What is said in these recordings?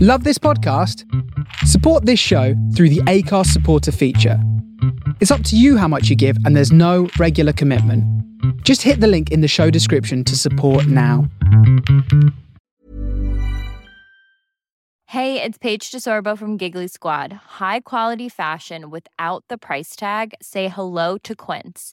Love this podcast? Support this show through the ACARS supporter feature. It's up to you how much you give, and there's no regular commitment. Just hit the link in the show description to support now. Hey, it's Paige DeSorbo from Giggly Squad. High quality fashion without the price tag? Say hello to Quince.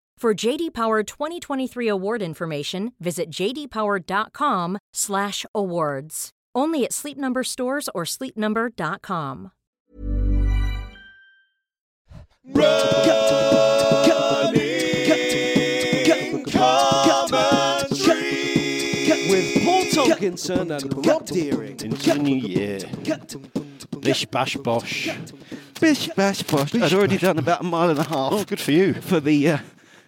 For JD Power 2023 award information, visit jdpower.com/awards. Only at Sleep Number stores or sleepnumber.com. Running commentary. with Paul Tolkinson and Rob Deering. Into the new year. Bish bash bosh. Bish bash bosh. I'd already done about a mile and a half Oh, good for you. for the uh,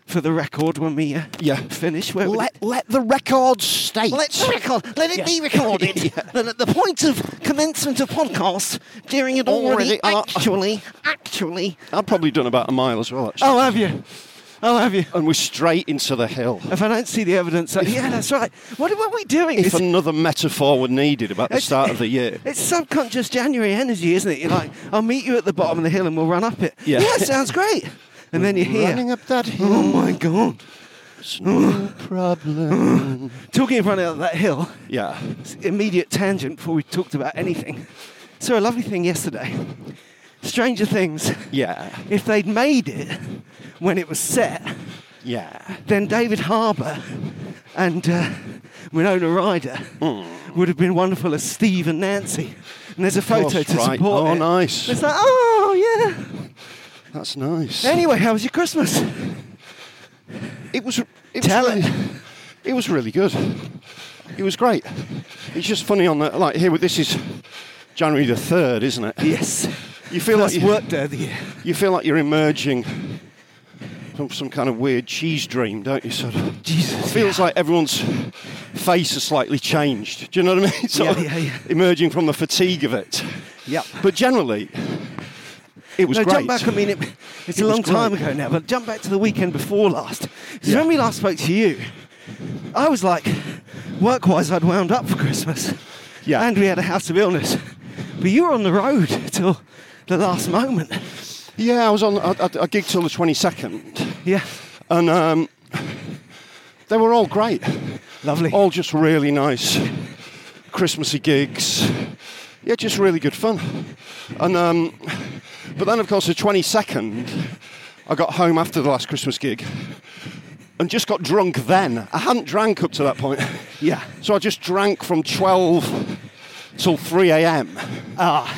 for the record when we uh, Yeah. finish. Where Let, let the record state. Let the record. Let it Yeah. be recorded. Yeah. That at the point of commencement of podcast, during it already, Already, uh, actually, actually. I've probably done about a mile as well, actually. I'll have you. I'll have you. And we're straight into the hill. Um, If I don't see the evidence, I- yeah, that's right. What, what are we doing? If It's- another metaphor were needed about the It's- start of the year. It's subconscious January energy, isn't it? You're like, I'll meet you at the bottom of the hill and we'll run up it. Yeah. sounds great. And then you're here. Running up that hill. oh my god. It's no problem. Talking of running up that hill, Yeah. it's immediate tangent before we talked about anything. Saw a lovely thing yesterday. Stranger Things. Yeah. If they'd made it when it was set, Yeah. then David Harbour and uh, Winona Ryder Hmm. would have been wonderful as Steve and Nancy. And there's a photo course, to right. support Oh, it. nice. It's like, oh yeah. That's nice. Anyway, how was your Christmas? It was. It Tell was it. really, It was really good. It was great. It's just funny on the like here. This is January the third, isn't it? Yes. You feel like First you, work day of the year. you feel like you're emerging from some kind of weird cheese dream, don't you? Sort of. Jesus. It feels like everyone's face has slightly changed. Do you know what I mean? Sort Yeah, yeah, of yeah. Emerging from the fatigue of it. Yep. But generally, it was no, great. jump back. I mean, it, it's It a was long time great. ago now, but jump back to the weekend before last. 'Cause Yeah. when we last spoke to you, I was like, work-wise, I'd wound up for Christmas. Yeah. And we had a house of illness, but you were on the road till the last moment. Yeah, I was on. I, I, I gigged till the twenty second. Yeah. and um, they were all great. Lovely. All just really nice Christmassy gigs. Yeah, just really good fun. And um, but then of course the 22nd, I got home after the last Christmas gig, and just got drunk. Then I hadn't drank up to that point, Yeah. so I just drank from 12 till 3 a.m. Ah.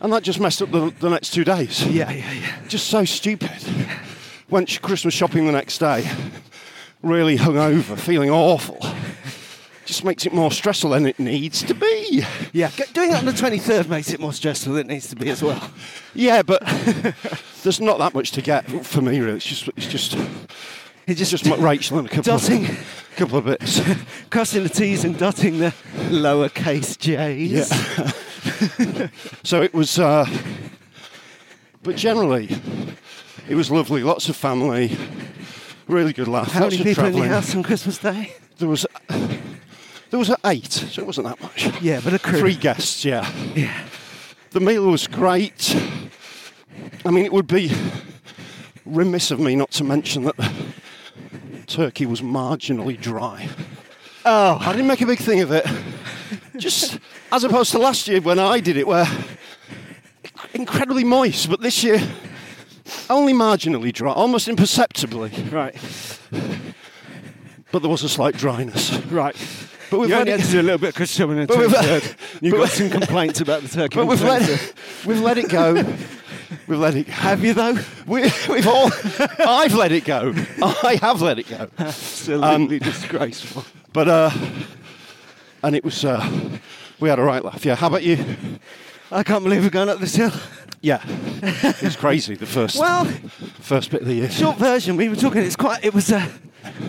And that just messed up the, the next two days Yeah. Yeah. Yeah. just so stupid. Went sh- Christmas shopping the next day, really hungover, feeling awful. Just makes it more stressful than it needs to be. Yeah. Go- Doing it on the 23rd makes it more stressful than it needs to be as well. Yeah, but there's not that much to get for me, really. It's just, it's just, It just just Rachel and a couple, Dotting. of, couple of bits. crossing the T's and dotting the lowercase J's. Yeah. so it was, uh, but generally, it was lovely. Lots of family, really good laugh. How lots many of people in travelling. the house on Christmas Day? There was there was eight, so it wasn't that much. Yeah, but a crew. Three guests, yeah. Yeah. The meal was great. I mean, it would be remiss of me not to mention that the turkey was marginally dry. Oh. I didn't make a big thing of it. Just as opposed to last year when I did it, where incredibly moist, but this year only marginally dry, almost imperceptibly. Right, But there was a slight dryness. right. But we've you let only had to it, do a little bit because someone had But we've- third. You but got we- some complaints about the turkey. but we've let influenza. it, we've let it go. We've let it. Have you though? We, we've all. I've let it go. I have let it go. Um, Absolutely disgraceful. But uh, and it was. Uh, we had a right laugh. Yeah. How about you? I can't believe we're going up this hill. Yeah. It's crazy. The first Well, first bit of the year. short version, we were talking. It's quite. It was uh,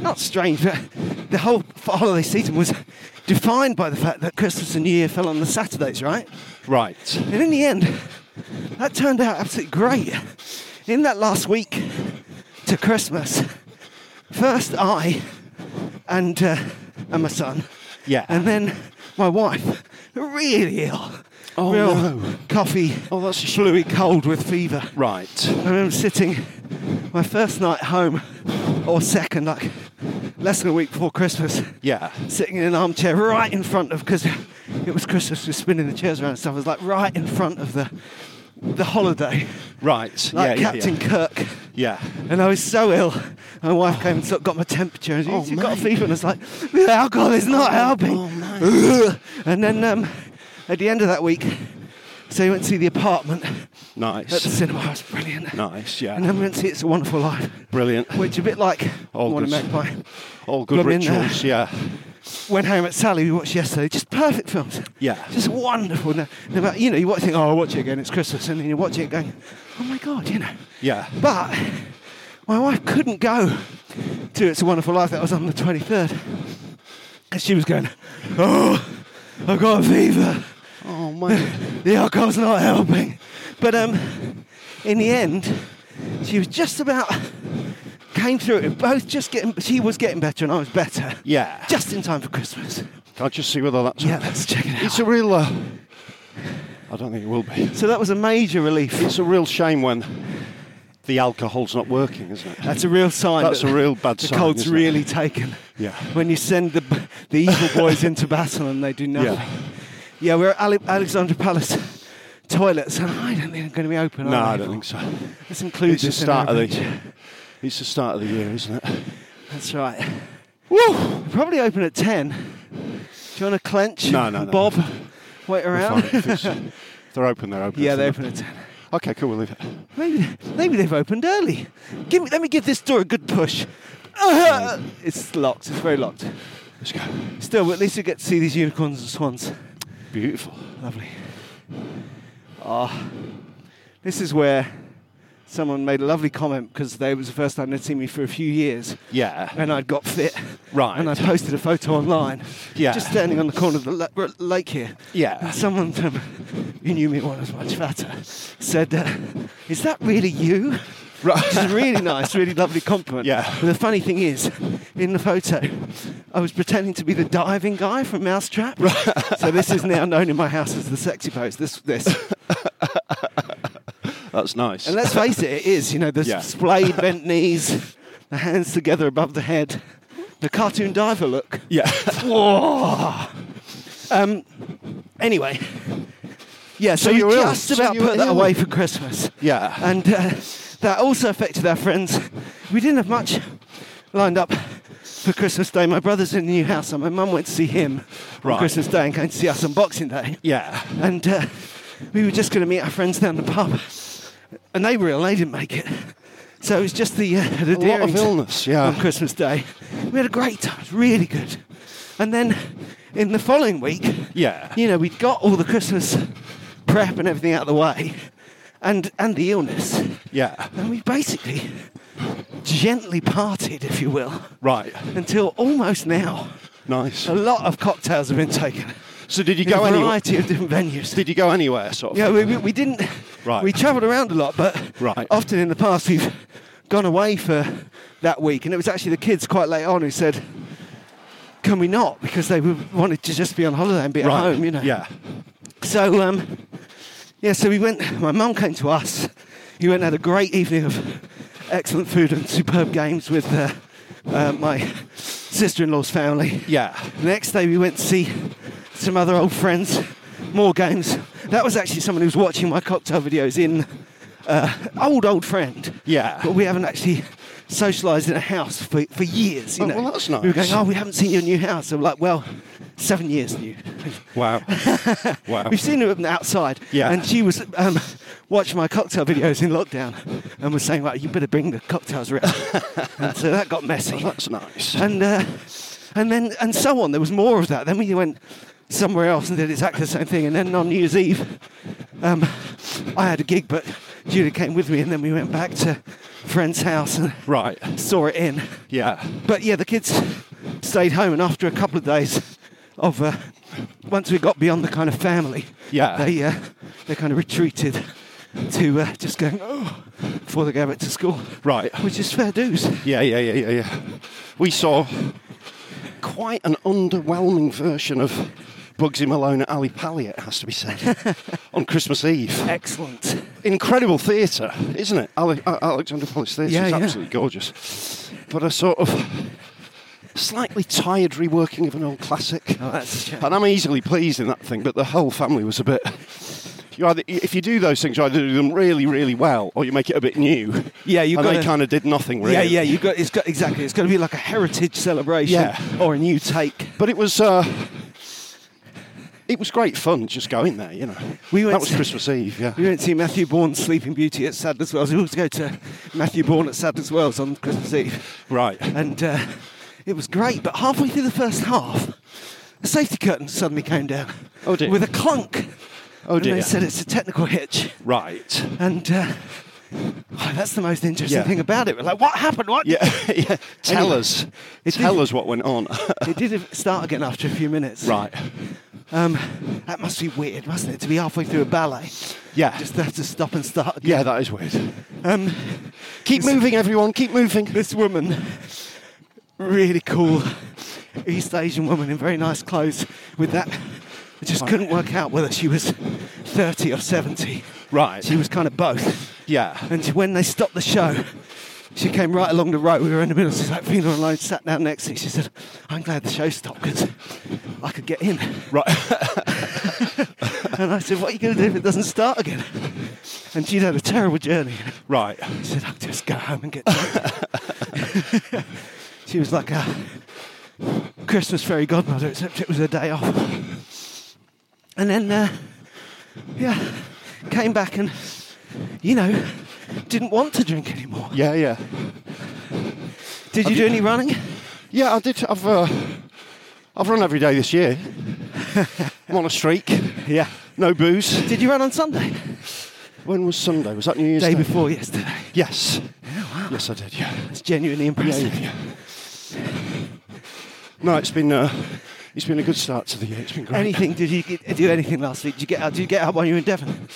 not strange, but the whole holiday season was defined by the fact that Christmas and New Year fell on the Saturdays, right? Right. And in the end, that turned out absolutely great. In that last week to Christmas, first I and uh, and my son, Yeah. and then my wife, really ill. Oh, Real no. Coffee, Oh, that's a shame. fluey cold with fever. Right. I remember sitting my first night home, or second, like less than a week before Christmas, Yeah. sitting in an armchair right in front of, because it was Christmas, we were spinning the chairs around and stuff, it was like right in front of the the holiday, Right. like yeah, Captain yeah. Kirk. Yeah. And I was so ill. My wife came and sort of got my temperature. And she Oh, "You've got mate. a fever. And I was like, the alcohol is not helping. oh, mate. Ugh. and then um, at the end of that week, so we went to see the apartment yeah. Nice. at the cinema. It was brilliant. nice. And Yeah. then we went to see It's a Wonderful Life, Brilliant. which a bit like All Morning good. Magpie. All good Blooming, uh, rituals. Yeah. Went home at Sally, we watched yesterday. Just perfect films. Yeah. Just wonderful. No, no matter- you know, you watch it, oh, I'll watch it again, it's Christmas. And then you watch it going, oh my God, you know. Yeah. But my wife couldn't go to It's a Wonderful Life. That was on the 23rd. And she was going, Oh, I've got a fever. Oh man. The alcohol's not helping. But um, in the end, she was just about came through it. Both just getting, she was getting better and I was better. Yeah. Just in time for Christmas. Can't just see whether that's. Yeah, let's check it out. It's a real. Uh, I don't think it will be. so that was a major relief. It's a real shame when the alcohol's not working, isn't it? That's a real sign. That's that a real bad the sign, cold's isn't it? really taken. Yeah. When you send the, the evil boys into battle and they do nothing. Yeah. Yeah, we're at Ale- Alexandra Palace toilets, and I don't think they're going to be open. No, are I they? don't think so. Let's include It's the this in start of our the. budget. It's the start of the year, isn't it? That's right. Woo! Probably open at 10. Do you want to clench? No, and no, no. Bob, wait We're around? fine. If it's- uh, they're open. They're open. yeah, if they open at 10. Okay, cool. We'll leave it. Maybe, maybe they've opened early. Give me, let me give this door a good push. Ah! it's locked. It's very locked. Let's go. Still, at least we get to see these unicorns and swans. Beautiful. Lovely. Ah, this is where someone made a lovely comment because they was the first time they'd seen me for a few years, Yeah. and I'd got fit. Right. And I posted a photo online. Yeah. Just standing on the corner of the la- r- lake here. Yeah. And someone from who knew me when I was much fatter said, uh, "Is that really you?" Which is a really nice, really lovely compliment. Yeah. But the funny thing is, in the photo, I was pretending to be the diving guy from Mousetrap. so this is now known in my house as the sexy pose. This, this. That's nice. And let's face it, it is. You know, the Yeah. splayed bent knees, the hands together above the head, the cartoon diver look. yeah. Whoa. Um. Anyway. Yeah, so, So we you were ill. just So about you were put that ill. away for Christmas. Yeah. And uh, that also affected our friends. We didn't have much lined up for Christmas Day. My brother's in the new house, and my mum went to see him Right. on Christmas Day and came to see us on Boxing Day. yeah. And uh, we were just going to meet our friends down the pub. And they were ill, they didn't make it. So it was just the, uh, the Oh, A lot of illness. Yeah. on Christmas Day. We had a great time, it was really good. And then in the following week, Yeah. you know, we'd got all the Christmas prep and everything out of the way and, and the illness. Yeah. And we basically gently parted, if you will, Right. until almost now. Nice. A lot of cocktails have been taken. So did you in a go anywhere? variety of different venues. Did you go anywhere? Sort of. Yeah, thing? we, we, we didn't. Right. We travelled around a lot, but Right. often in the past we've gone away for that week, and it was actually the kids quite late on who said, "Can we not?" Because they were- wanted to just be on holiday and be Right. at home, you know. Yeah. So um, yeah, so we went. My mum came to us. We went and had a great evening of excellent food and superb games with uh, uh, my sister-in-law's family. Yeah. The next day we went to see some other old friends, more games, That was actually someone who's watching my cocktail videos in uh, old, old friend. Yeah. But we haven't actually socialised in a house for, for years, you Oh, know. well, that's We were nice. going, oh, we haven't seen your new house. I'm like, well, seven years new. Wow. wow. We've seen her from the outside. Yeah. And she was um, watching my cocktail videos in lockdown and was saying, well, you better bring the cocktails around. and so that got messy That's nice. and uh, and then and so on. There was more of that. Then we went somewhere else and did exactly the same thing. And then on New Year's Eve, um, I had a gig, but Julia came with me, and then we went back to friend's house and Right. saw it in. Yeah. But yeah, the kids stayed home, and after a couple of days of uh, once we got beyond the kind of family, Yeah. they uh, they kind of retreated. To uh, just going, oh, before they go back to school. Right. Which is fair dues. Yeah, yeah, yeah, yeah, yeah. We saw quite an underwhelming version of Bugsy Malone at Ali Pali, it has to be said, on Christmas Eve. Excellent. Incredible theatre, isn't it? Ale- A- Alexander Palace Theatre Yeah, is yeah. absolutely gorgeous. But a sort of slightly tired reworking of an old classic. Oh, that's a shame. And I'm easily pleased in that thing, but the whole family was a bit. You either, if you do those things, you either do them really, really well, or you make it a bit new. Yeah, you've and got they to- kind of did nothing really. Yeah, yeah, you got it's got exactly. It's got to be like a heritage celebration Yeah. or a new take. But it was uh, it was great fun just going there, you know. We went that was to- Christmas Eve, yeah. We went to see Matthew Bourne's Sleeping Beauty at Sadler's Wells. We always go to Matthew Bourne at Sadler's Wells on Christmas Eve, Right. and uh, it was great. But halfway through the first half, a safety curtain suddenly came down. Oh, dear. With a clunk. Oh And dear. they said it's a technical hitch, right. and uh, oh, that's the most interesting Yeah. thing about it. We're like, what happened? What? Yeah, yeah. Tell Anyway, us. it Tell did- us what went on. It did start again after a few minutes. right. Um, that must be weird, mustn't it, to be halfway through a ballet? Yeah. Just have to stop and start again. Yeah, that is weird. Um, Keep moving, everyone. Keep moving. this woman, really cool East Asian woman in very nice clothes with that. I just couldn't work out whether she was 30 or 70. Right. She was kind of both. Yeah. And when they stopped the show, she came right along the road. We were in the middle. She's like, feeling alone, sat down next to me. She said, I'm glad the show stopped because I could get in. Right. And I said, What are you going to do if it doesn't start again? And she'd had a terrible journey. right. She said, I'll just go home and get drunk. she was like a Christmas fairy godmother, except it was a day off. And then, uh, yeah, came back and, you know, didn't want to drink anymore. Yeah, yeah. Did you do any running? Yeah, I did. I've uh, I've run every day this year. I'm on a streak. Yeah. No booze. Did you run on Sunday? When was Sunday? Was that New Year's Day before Oh, yesterday. Yes. Yes, I did. Yeah. It's genuinely impressive. No, it's been uh, it's been a good start to the year. It's been great. Anything? Did you get, do anything last week? Did you get out? Did you get out while you were in Devon?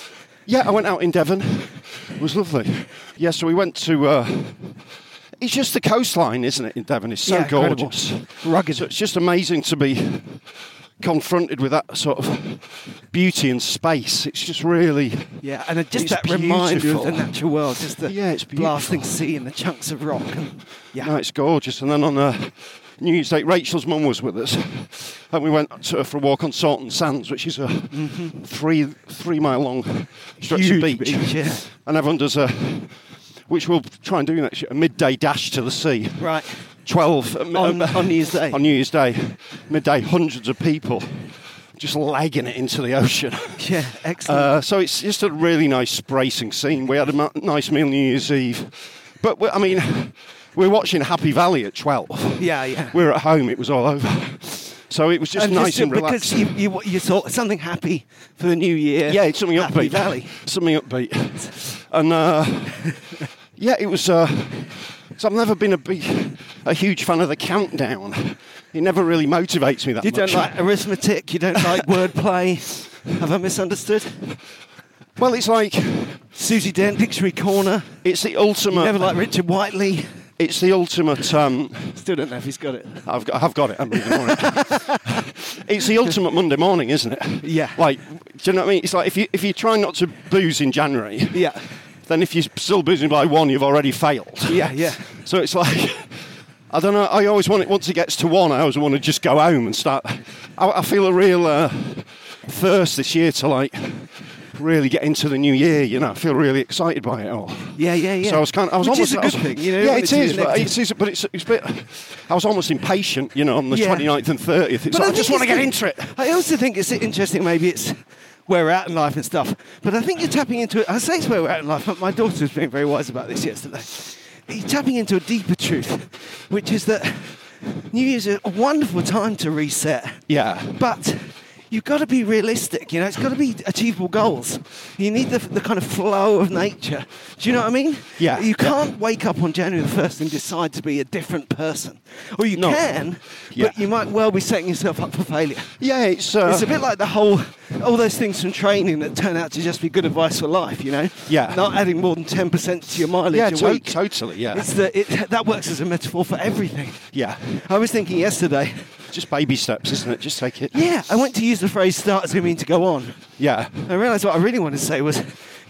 Yeah, I went out in Devon. It was lovely. Yeah, so we went to. Uh, it's just the coastline, isn't it? In Devon, it's so Yeah, incredible. gorgeous, Rugged. So it's just amazing to be confronted with that sort of beauty and space. It's just really. Yeah, and it just It's that reminder of the beautiful. natural world, just the Yeah, it's beautiful. blasting sea and the chunks of rock. And, yeah, No, it's gorgeous. And then on uh, New Year's Day, Rachel's mum was with us, and we went to, for a walk on Salton Sands, which is a three three mile long stretch Mm-hmm. Huge of beach. beach, yeah. And everyone does a, which we'll try and do next year, a midday dash to the sea. right. Twelve um, On- um, on New Year's Day? On New Year's Day, midday, hundreds of people just lagging it into the ocean. Yeah, excellent. Uh, so it's just a really nice bracing scene. We had a ma- nice meal New Year's Eve, but we, I mean, we're watching Happy Valley at twelve. Yeah, yeah. We're at home. It was all over. So it was just And nice just, uh, and relaxed. because you, you, you thought something happy for the new year. yeah, it's something happy upbeat. Valley. Something upbeat. And uh, yeah, it was. Uh, so I've never been a big, a huge fan of the countdown. It never really motivates me that You much. don't like arithmetic. You don't like wordplay. Have I misunderstood? well, it's like Susie Dent, Dictionary Corner. it's the ultimate. Never like Richard Whiteley. it's the ultimate. Um, Still don't know if he's got it. I've got, I've got it. I'm reading on it. it's the ultimate Monday morning, isn't it? Yeah. Like, do you know what I mean? It's like if you if you try not to booze in January, Yeah, then if you're still boozing by one, you've already failed. yeah, yeah. So it's like, I don't know. I always want it once it gets to one. I always want to just go home and start. I, I feel a real uh, thirst this year to like really get into the new year. You know, I feel really excited by it all. Yeah, yeah, yeah. So I was kind of, I was Which almost is a I was- good thing, you know, yeah, when it it's in is, the but negative. it's, it's, but it's, it's a bit. I was almost impatient, you know, on the Yeah. 29th and 30th. It's But like, I think just want to it's get good. into it. I also think it's interesting. Maybe it's where we're at in life and stuff. But I think you're tapping into it. I say it's where we're at in life, but my daughter was being very wise about this yesterday. You're tapping into a deeper truth, which is that New Year's is a wonderful time to reset. Yeah. But you've got to be realistic. You know, it's got to be achievable goals. You need the, the kind of flow of nature. Do you know what I mean? Yeah, You yeah. can't wake up on January the 1st and decide to be a different person. Or you No. can, Yeah. but you might well be setting yourself up for failure. Yeah, it's. Uh, It's a bit like the whole, all those things from training that turn out to just be good advice for life, you know? Yeah. Not adding more than 10% to your mileage Yeah, a to- week. totally, yeah. It's the, it, that works as a metaphor for everything. Yeah. I was thinking yesterday, Just baby steps, isn't it? Just take it. yeah, I went to use the phrase start as we mean to go on. Yeah. I realised what I really wanted to say was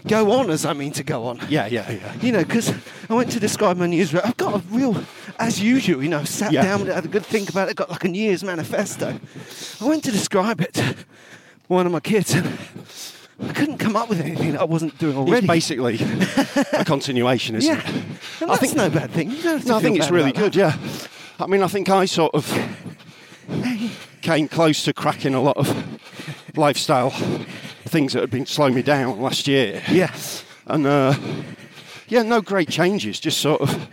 go on as I mean to go on. Yeah, yeah, yeah. You know, because I went to describe my New Year's. re- I've got a real, as usual, you know, sat Yeah. down, had a good think about it, got like a New Year's manifesto. I went to describe it to one of my kids. and I couldn't come up with anything that I wasn't doing It's already. basically a continuation, isn't yeah. it? And I that's think- no bad thing. You don't have to No, I feel think it's bad really about good, yeah. I mean, I think I sort of came close to cracking a lot of lifestyle things that had been slowing me down last year. that. Yeah. And, uh, yeah, no great changes, just sort of,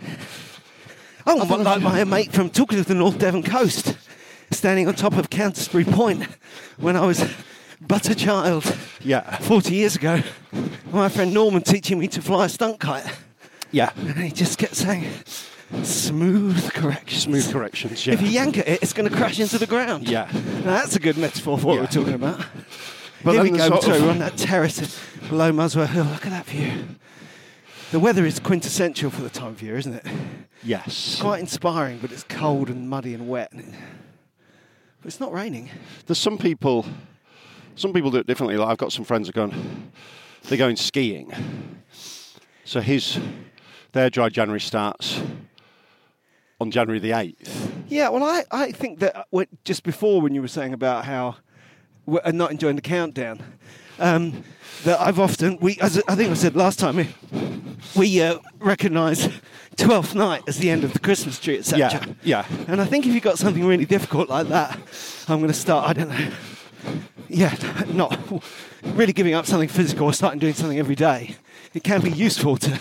Oh, I've- but like my mate from talking of the North Devon coast, standing on top of Canterbury Point when I was but a child. yeah, 40 years ago, my friend Norman teaching me to fly a stunt kite. yeah, And he just kept saying, smooth corrections. smooth corrections, If you yeah. yank at it, it's going to crash into the ground. Yeah. Now, that's a good metaphor for what Yeah. we're talking about. But Here then the we go. um, sort sorry, of- we're on that terrace below Muswell Hill. Look at that view. The weather is quintessential for the time of year, isn't it? Yes. Quite inspiring, but it's cold and muddy and wet. But it's not raining. There's some people, some people do it differently. Like I've got some friends who are going, they're going skiing. So his, their dry January starts on January the 8th. Yeah, well, I, I think that uh, when- just before when you were saying about how we're uh, not enjoying the countdown, um, that I've often we as I think I said last time we, we uh, recognise Twelfth Night as the end of the Christmas tree, etc. Yeah, yeah. And I think if you've got something really difficult like that, I'm going to start. I don't know. Yeah, not really giving up something physical or starting doing something every day. It can be useful to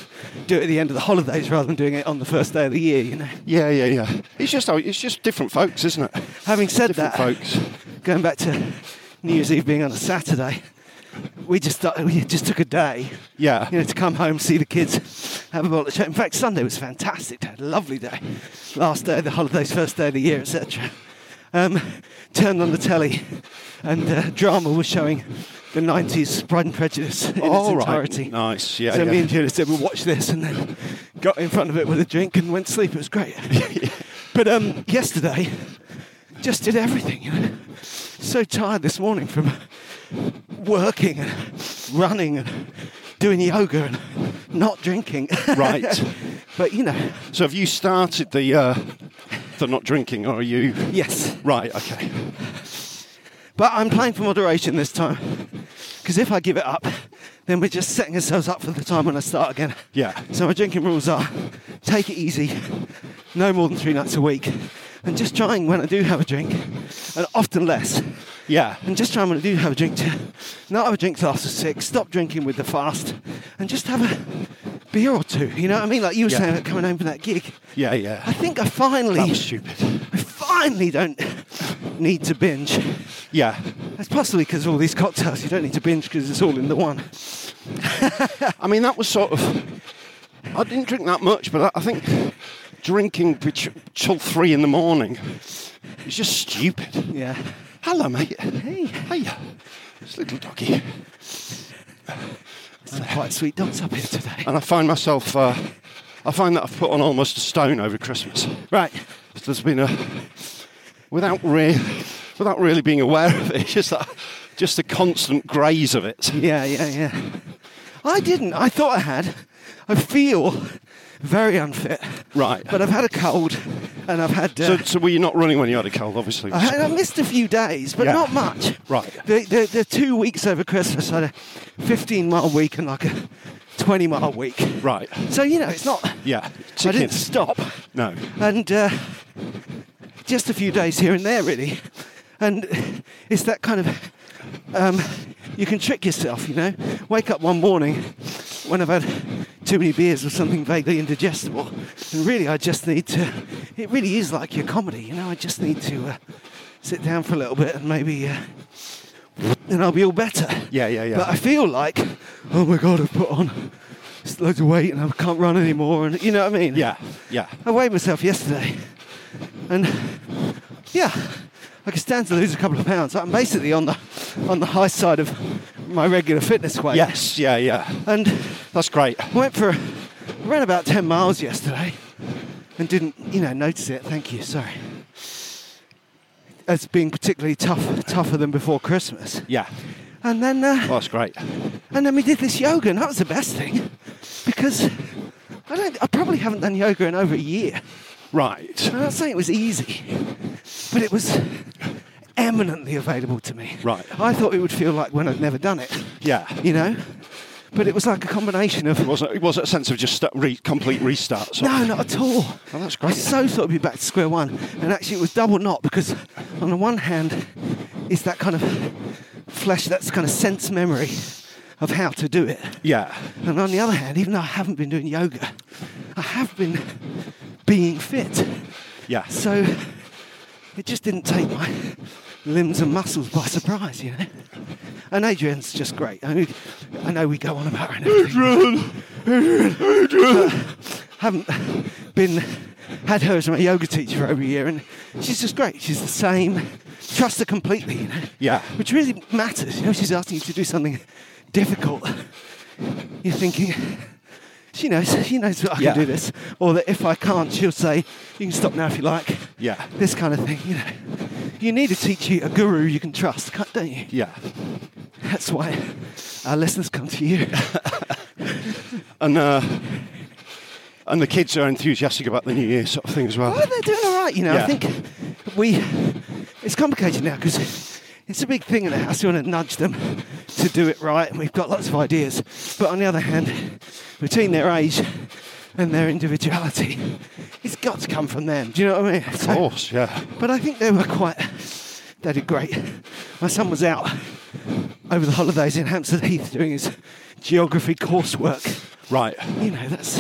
do it at the end of the holidays rather than doing it on the first day of the year, you know. Yeah, yeah, yeah. It's just how- it's just different folks, isn't it? Having said different that, folks. going back to New Year's Eve being on a Saturday, we just thought, we just took a day, Yeah. you know, to come home, see the kids, have a bottle of champagne. In fact, Sunday was fantastic. Had a lovely day, last day of the holidays, first day of the year, etc. Um, turned on the telly, and uh, drama was showing the '90s Pride and Prejudice in its All right. entirety. Nice. Yeah. so yeah. me and Julia said, "We'll watch this," and then got in front of it with a drink and went to sleep. It was great. but um, yesterday, just did everything. You know, so tired this morning from working and running and doing yoga and not drinking. Right. but you know, so have you started the uh, the not drinking, or are you? yes. Right. Okay. But I'm playing for moderation this time. Because if I give it up, then we're just setting ourselves up for the time when I start again. Yeah. So my drinking rules are take it easy, no more than three nights a week, and just trying when I do have a drink, and often less, Yeah. and just trying when I do have a drink to not have a drink till after six, stop drinking with the fast, and just have a beer or two. You know what I mean? Like you were Yeah. saying about coming home from that gig. Yeah. I Yeah. think I finally, That was stupid. I finally don't need to binge. Yeah. That's possibly because of all these cocktails. You don't need to binge because it's all in the one. I mean, that was sort of. I didn't drink that much, but I, I think drinking bet- till three in the morning is just stupid. Yeah. Hello, mate. Hey. Hey. It's little doggy. It's not quite sweet dogs up here today. And I find myself. Uh, I find that I've put on almost a stone over Christmas. Right. there's been a without re- without really being aware of it, it's just that just the constant graze of it. Yeah, yeah, yeah. I didn't. I thought I had. I feel very unfit. Right. uh, But I've had a cold and I've had. So, Uh, so were you not running when you had a cold, obviously? I, had- I missed a few days, but Yeah. not much. Right. The, the, the two weeks over Christmas, I had a 15 mile week and like a 20 mile week. right. So, you know, it's not. Yeah. I Chicken. didn't stop. No. And uh, just a few days here and there, really. And it's that kind of. Um, you can trick yourself, you know. Wake up one morning when I've had too many beers or something vaguely indigestible, and really I just need to. It really is like your comedy, you know. I just need to uh, sit down for a little bit and maybe. Uh, and I'll be all better. Yeah, yeah, yeah. But I feel like, oh my god, I've put on loads of weight and I can't run anymore, and you know what I mean? Yeah. Yeah. I weighed myself yesterday, and yeah, I could stand to lose a couple of pounds. I'm basically on the on the high side of my regular fitness weight. Yes. Yeah. Yeah. And That's great. went for a, ran about ten miles yesterday, and didn't you know notice it? Thank you. Sorry. As being particularly tough, tougher than before Christmas. Yeah. And then uh, Well, that's great. and then we did this yoga, and that was the best thing because. I, don't, I probably haven't done yoga in over a year. Right. I'm not saying it was easy, but it was eminently available to me. Right. I thought it would feel like when I'd never done it, Yeah. you know? But it was like a combination of. It wasn't. It wasn't a sense of just st- re- complete restart. sort of. No, not at all. Oh, that's great. I so thought I'd be back to square one. And actually, it was double knot because, on the one hand, it's that kind of flesh, that's kind of sense memory of how to do it. Yeah. And on the other hand, even though I haven't been doing yoga, I have been being fit. Yeah. So it just didn't take my limbs and muscles by surprise, you know. And Adrian's just great. I, mean, I know we go on about her. and everything. Haven't been had her as my yoga teacher for over a year, and she's just great. She's the same. Trust her completely, you know. Yeah. Which really matters. You know, she's asking you to do something difficult. You're thinking, she knows, she knows that I Yeah. can do this, or that if I can't, she'll say, "You can stop now if you like." Yeah. this kind of thing. You know, you need a teacher, a guru you can trust, can't- don't you? Yeah. That's why our listeners come to you. And uh, and the kids are enthusiastic about the New Year sort of thing as well. Well, Oh, they're doing all right, you know. Yeah. I think we. It's complicated now because it's a big thing in the house. You want to nudge them to do it right, and we've got lots of ideas. But on the other hand, between their age and their individuality, it's got to come from them. Do you know what I mean? Of course. Yeah. But I think they were quite. They did great. My son was out over the holidays in Hampstead Heath doing his geography coursework. Right. You know, that's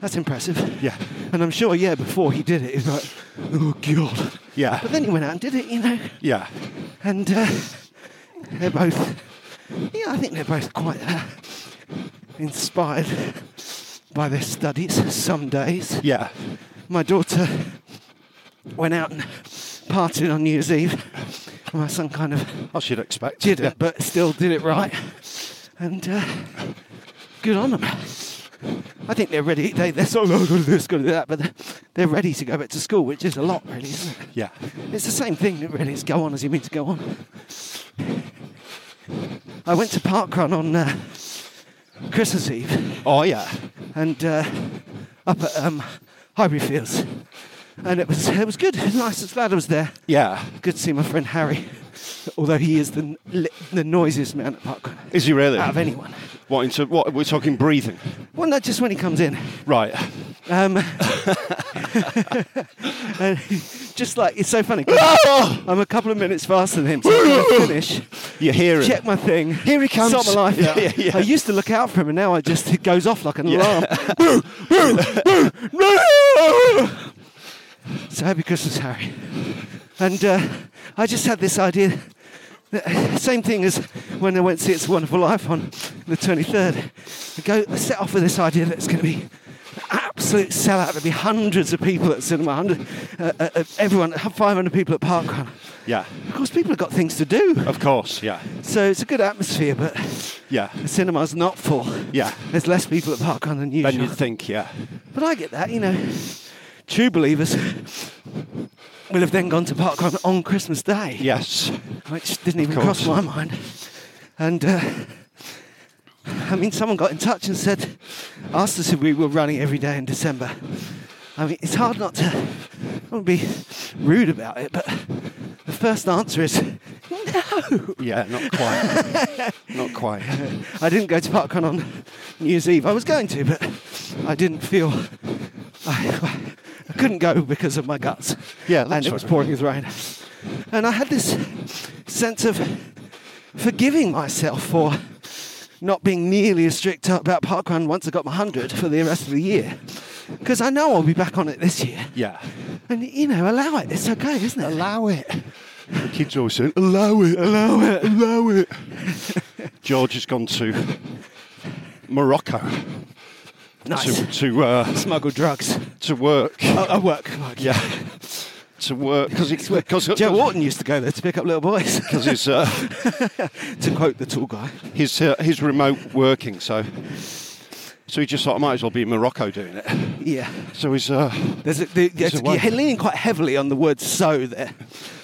that's impressive. Yeah. And I'm sure, yeah, before he did it, he was like, oh god. Yeah. But then he went out and did it, you know. Yeah. And uh, they're both. Yeah, I think they're both quite uh, inspired by their studies. Some days Yeah. my daughter went out and partied on New Year's Eve. My son kind of As you'd expect. did Yeah. it, but still did it right. And uh, good on them. I think they're ready. They, they're so, oh, I've got to do this, got to do that, but they're- they're ready to go back to school, which is a lot, really, isn't it? Yeah. It's the same thing, that really. It's go on as you mean to go on. I went to parkrun on uh, Christmas Eve Oh yeah. and uh, up at um, Highbury Fields, and it was it was good. It was nice. It's glad I was there. Yeah. Good to see my friend Harry, although he is the n- the noisiest man at park Is he really? out of anyone. What into what? We're talking breathing. Well, not just when he comes in. Right. Um, and just like it's so funny. 'cause I'm a couple of minutes faster than him, so I'm gonna finish. You hear it. Check my thing. Here he comes. Stop my life. Yeah, yeah, yeah. I used to look out for him, and now I just it goes off like an alarm. So happy Christmas, Harry. And uh, I just had this idea. that- uh, Same thing as when I went to see It's a Wonderful Life on the 23rd. I go I set off with this idea that it's going to be an absolute sellout. There'll be hundreds of people at the cinema, 100, uh, uh, uh, everyone, 500 people at Parkrun. Yeah. Of course, people have got things to do. Of course. Yeah. So it's a good atmosphere, but Yeah. the cinema's not full. Yeah. There's less people at Parkrun than usual. Then you'd think. Yeah. But I get that, you know. True believers will have then gone to Parkrun on Christmas Day, Yes. which didn't even course. cross my mind. And uh, I mean, someone got in touch and said, asked us if we were running every day in December. I mean, it's hard not to want to be rude about it, but the first answer is no. Yeah, not quite. not quite. I didn't go to ParkCon on New Year's Eve. I was going to, but I didn't feel I, I couldn't go because of my guts. Yeah, and that's it was right. pouring with rain. And I had this sense of forgiving myself for not being nearly as strict about parkrun once I got my hundred for the rest of the year, because I know I'll be back on it this year. Yeah. And you know, allow it. It's okay, isn't it? Allow it. The kids always saying, allow it, allow it, allow it. George has gone to Morocco Nice. to to, uh, Smuggle drugs. to work. I, I work. work. Yeah, to work because because Joe Wharton used to go there to pick up little boys. his uh, to quote the tall guy. his uh, his remote working. So so he just thought I might as well be in Morocco doing it. Yeah. So he's uh, There's a, the, There's it's- a way. you're leaning quite heavily on the word so there.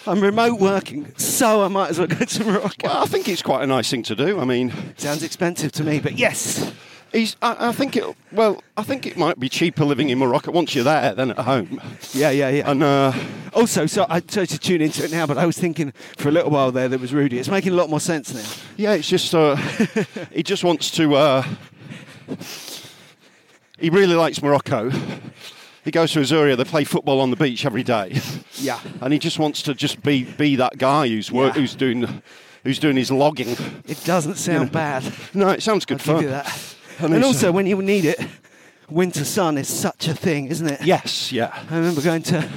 I'm remote working, so I might as well go to Morocco. well, I think it's quite a nice thing to do. I mean, Sounds expensive to me, but yes. he's I, I think it well I think it might be cheaper living in Morocco once you're there than at home. Yeah, yeah, yeah. And uh, also, so I tried to tune into it now, but I was thinking for a little while there that was Rudy. It's making a lot more sense now. yeah, it's just uh, he just wants to. Uh, he really likes Morocco. He goes to Azuria. They play football on the beach every day. Yeah. and he just wants to just be be that guy who's wor- Yeah. who's doing who's doing his logging. It doesn't sound bad. No, it sounds good I'll fun. give you that. And And, it's, also, uh, when you need it, winter sun is such a thing, isn't it? Yes, yeah, I remember going to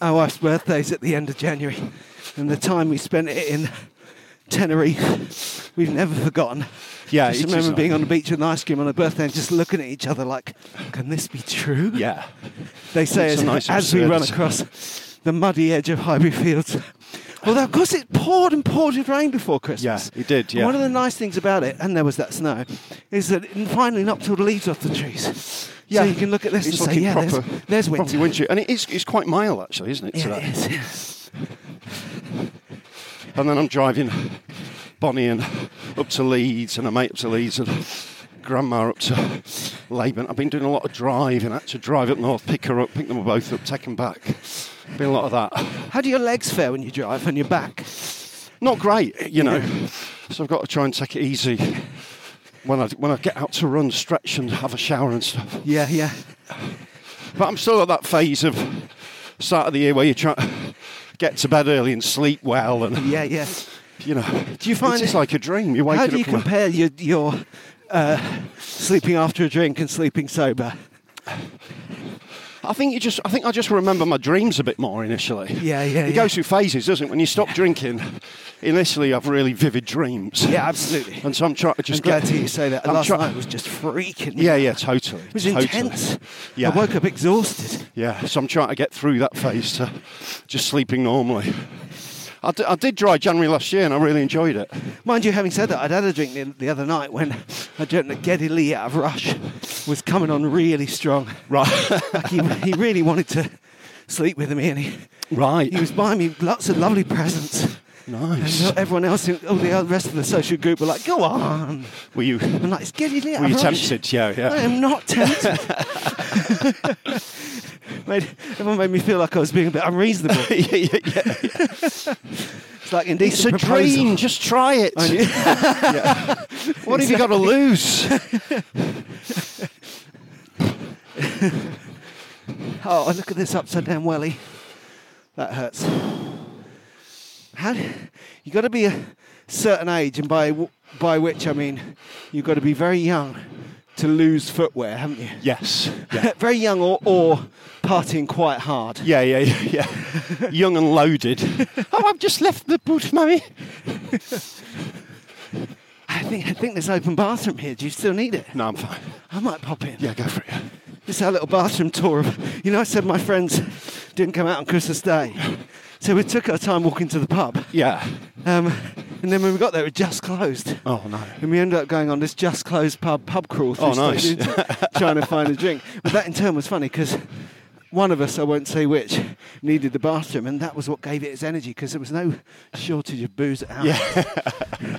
our wife's birthdays at the end of January, and the time we spent it in Tenerife, we've never forgotten. Yeah, just it is remember nice. being on the beach with an ice cream on her birthday and just looking at each other like, "Can this be true?" yeah. they say It's as, a nice as we run absurdity. across the muddy edge of Highbury Fields. Although, of course, it poured and poured with rain before Christmas. Yeah, it did, And yeah. one of the nice things about it, and there was that snow, is that it finally knocked all the leaves off the trees. Yeah. So you can look at this It's and say, looking yeah, proper. there's, there's winter. Properly winter, and it is it's quite mild actually, isn't it? Yeah, today? it is. And then I'm driving Bonnie and up to Leeds, and a mate up to Leeds, and Grandma up to Leyburn. I've been doing a lot of driving. I had to drive up north, pick her up, pick them both up, take them back. Been a lot of that. How do your legs fare when you drive and your back? not great, you know. So I've got to try and take it easy when I when I get out to run, stretch, and have a shower and stuff. Yeah, yeah. But I'm still at that phase of start of the year where you try to get to bed early and sleep well, and Yeah, yeah. you know. Do you find it's just it- like a dream? You wake How up. do you from a- compare your, your uh, sleeping after a drink and sleeping sober? I think you just. I think I just remember my dreams a bit more initially. Yeah, yeah, It yeah. goes through phases, doesn't it? When you stop drinking, initially you have really vivid dreams. Yeah, absolutely. And so I'm trying to just I'm glad get to hear you say that. I'm Last try- night was just freaking. Yeah, yeah, totally. It was totally. intense. Yeah. I woke up exhausted. Yeah, so I'm trying to get through that phase to just sleeping normally. I di- I did dry January last year and I really enjoyed it. Mind you, having said that, I'd had a drink the, the other night when I dreamt that Geddy Lee out of Rush was coming on really strong. Right. Like he, he really wanted to sleep with me, and he, right. he was buying me lots of lovely presents. nice. And everyone else, in, all the rest of the social group were like, go on. Were you I'm like, it's Geddy Lee out were you of Rush." tempted? Yeah, I yeah. am not tempted. made, everyone made me feel like I was being a bit unreasonable. Yeah, yeah. It's It's like a indecent proposal. dream. Just try it. I knew- What have you got to lose? Oh, look at this upside down welly. That hurts. How do, you got to be a certain age, and by w- by which I mean you've got to be very young to lose footwear, haven't you? yes. Yeah. very young, or, or partying quite hard. Yeah, yeah, yeah, yeah. Young and loaded. oh, I've just left the boot, mummy. I think I think there's an open bathroom here. Do you still need it? No, I'm fine. I might pop in. Yeah, go for it. This is our little bathroom tour. Of, you know, I said my friends didn't come out on Christmas Day, so we took our time walking to the pub. Yeah. Um, and then when we got there, it was just closed. Oh, no. And we ended up going on this just closed pub pub crawl through Oh, nice. Stoke Newton, trying to find a drink. But that in turn was funny because one of us, I won't say which, needed the bathroom, and that was what gave it its energy because there was no shortage of booze at our Yeah.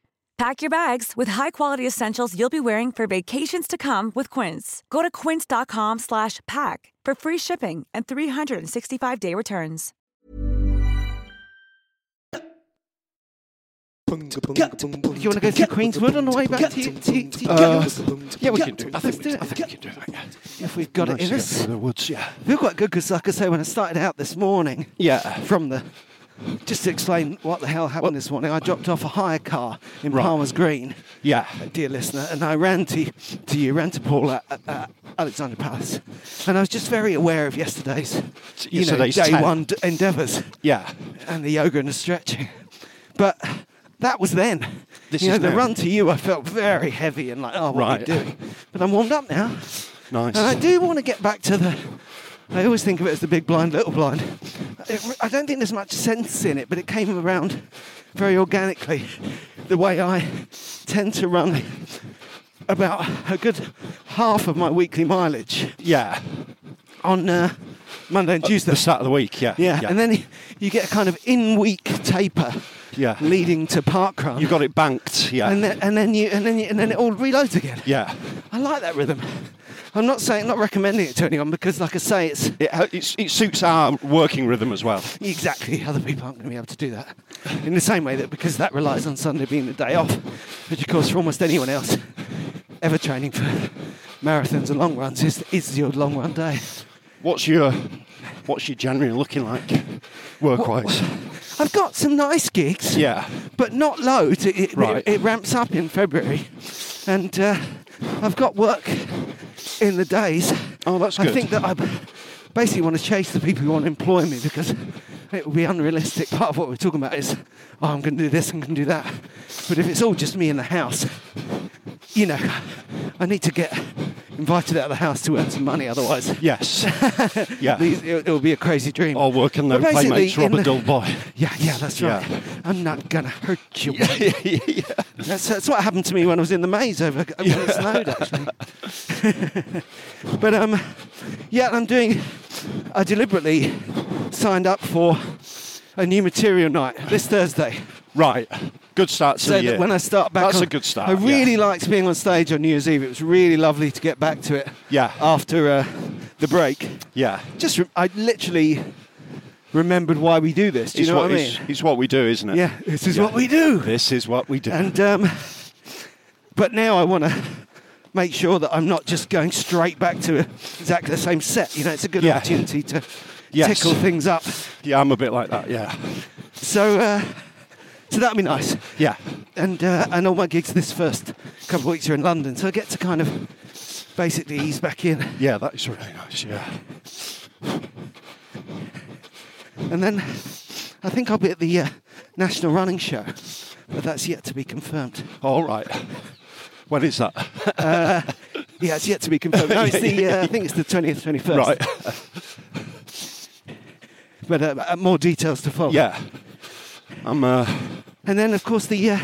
Pack your bags with high-quality essentials you'll be wearing for vacations to come with Quince. Go to quince.com/pack slash pack for free shipping and 365-day returns. you want to go through Queenswood on the way back to, to, to Uh, Yeah, we can do I that. think, Let's we, do I think it. we can do that. Yeah. If we've got it Nice in to get through us. the woods. Yeah. Feel quite good because, like I say, when I started out this morning, Yeah. from the just to explain what the hell happened this morning, I dropped off a hire car in Palmer's Green, Yeah. dear listener, and I ran to to you, ran to Paul at, at, at Alexander Palace, and I was just very aware of yesterday's, you Yesterday's know, day tan. one d- endeavours Yeah. and the yoga and the stretching. But that was then. This you know, is the now. run to you, I felt very heavy and like, oh, what Right. are we doing? But I'm warmed up now. Nice. And I do want to get back to the. I always think of it as the big blind, little blind. It, I don't think there's much sense in it, but it came around very organically. The way I tend to run about a good half of my weekly mileage Yeah. on uh, Monday and Tuesday. The start of the week. Yeah. Yeah, and then you get a kind of in-week taper, Yeah. leading to park run. you got it banked. Yeah. and then and then you and then you, and then it all reloads again. yeah. I like that rhythm. I'm not saying, not recommending it to anyone because, like I say, it's It, it, it suits our working rhythm as well. exactly other people aren't going to be able to do that. In the same way that because that relies on Sunday being the day off, which of course for almost anyone else ever training for marathons and long runs is is your long run day. What's your What's your January looking like, work-wise? I've got some nice gigs. Yeah. but not loads. It, it, Right. it, it ramps up in February, and uh, I've got work in the days. Oh, that's I good. think that I b- basically want to chase the people who want to employ me because it would be unrealistic. Part of what we're talking about is, oh, I'm going to do this, I'm going to do that. But if it's all just me in the house, you know, I need to get invited out of the house to earn some money. Otherwise, Yes. Yeah. these, it, it'll be a crazy dream. Or work and their But basically, playmates, in Robert the- Dull Boy. yeah, yeah, that's right. Yeah. I'm not gonna hurt you. That's, that's what happened to me when I was in the maze over when it snowed actually. but um, yeah, I'm doing. I deliberately signed up for a new material night this Thursday. Right. Good start to So the that year. when I start back, That's on- a good start. I yeah. really liked being on stage on New Year's Eve. It was really lovely to get back to it. Yeah. After uh, the break, Yeah. just re- I literally remembered why we do this. Do you it's know what, what, I mean? it's, it's what we do, isn't it? Yeah, this is Yeah. what we do. This is what we do. And um, but now I want to make sure that I'm not just going straight back to exactly the same set. You know, it's a good Yeah. opportunity to Yes. tickle things up. yeah, I'm a bit like that. Yeah. So uh, so that'll be nice. Yeah. And uh, and all my gigs this first couple of weeks are in London, so I get to kind of basically ease back in. Yeah, that is really nice. Yeah. And then I think I'll be at the uh, National Running Show, but that's yet to be confirmed. All right. When is that? Yeah, it's yet to be confirmed. No, it's the, uh, I think it's the 20th, 21st. Right. But uh, uh, more details to follow. Yeah. I'm. Uh, And then, of course, the uh,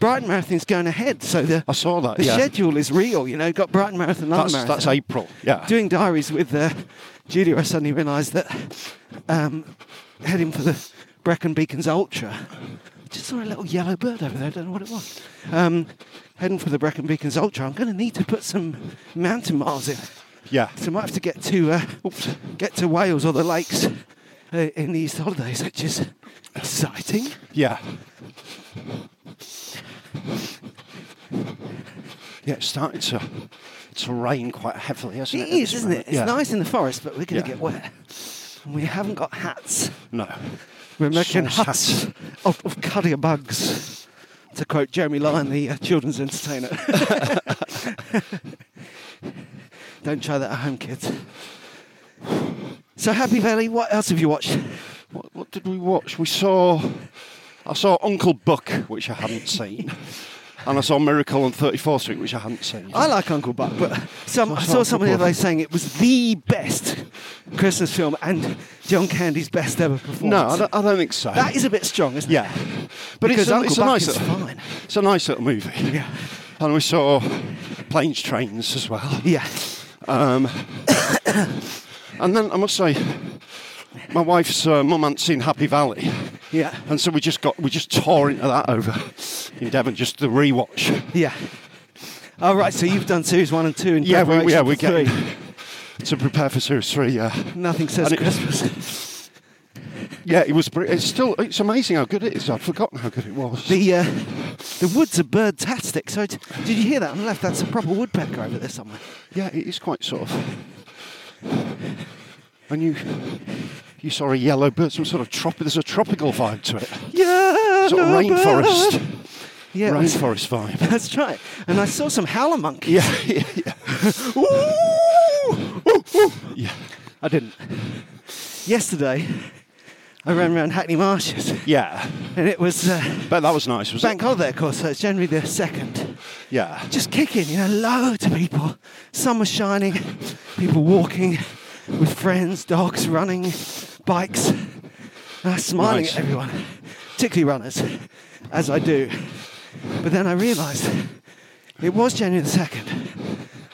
Brighton Marathon's going ahead, so the I saw that. the yeah. schedule is real. You know, got Brighton Marathon, London That's, Marathon. that's April. Yeah. Doing diaries with uh, Julia, I suddenly realised that um, heading for the Brecon Beacons Ultra. I Just saw a little yellow bird over there. I don't know what it was. Um, heading for the Brecon Beacons Ultra. I'm going to need to put some mountain miles in. yeah. So I might have to get to uh, oops, get to Wales or the lakes uh, in these holidays, which is exciting. Yeah. Yeah, it's starting to to rain quite heavily, hasn't it? It at is, this isn't it? moment? It's yeah. nice in the forest, but we're going to Yeah. get wet. And we haven't got hats. No. We're making Sauce huts of, of carrier bugs, to quote Jeremy Lyon, the uh, children's entertainer. Don't try that at home, kids. So, Happy Valley, what else have you watched? What, what did we watch? We saw. I saw Uncle Buck, which I hadn't seen, and I saw Miracle on 34th Street, which I hadn't seen. I like Uncle Buck, but some, I What's saw Uncle somebody the other Buck? day saying it was the best Christmas film and John Candy's best ever performance. no, I don't, I don't think so. That is a bit strong, isn't Yeah, it? but Because it's a, Uncle it's a Buck nice. is little- fine. It's a nice little movie. Yeah. and we saw planes, trains as well. Yeah. Um, and then I must say, my wife's uh, mum hadn't seen Happy Valley, Yeah. and so we just got we just tore into that over in Devon, just the rewatch. Yeah. All right, so you've done series one and two and Yeah, we, yeah, preparation we're for three. getting to prepare for series three. Yeah, Nothing says And it- Christmas. yeah, it was. br- It's still. It's amazing how good it is. I'd forgotten how good it was. The uh, the woods are birdtastic. So t- did you hear that on the left? That's a proper woodpecker over there somewhere. yeah, it is quite sort of. And you, you saw a yellow bird. Some sort of tropical. There's a tropical vibe to it. Yeah. Sort of rainforest. Yeah. Rainforest vibe. That's right. And I saw some howler monkeys. Yeah, yeah, yeah. Ooh, ooh, ooh. yeah. I didn't. Yesterday, I ran around Hackney Marshes, Yeah. and it was uh, But that was nice, was bank it? holiday, of course, so it's January the second. Yeah. Just kicking, you know, loads of people. Sun was shining, people walking with friends, dogs running, bikes. And I was smiling Nice. at everyone, particularly runners, as I do. But then I realised it was January the second.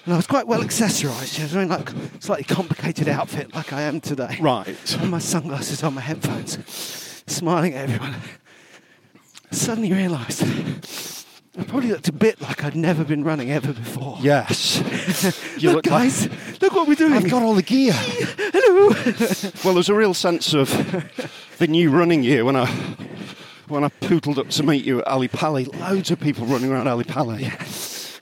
And I was quite well accessorised. I was wearing like slightly complicated outfit, like I am today. Right. And my sunglasses on, my headphones, smiling at everyone. Suddenly realised I probably looked a bit like I'd never been running ever before. Yes. You look look, like- guys, look what we're doing. I've got all the gear. Hello. Well, there's a real sense of the new running year when I when I poodled up to meet you at Ali Pali. Loads of people running around Ali Pali.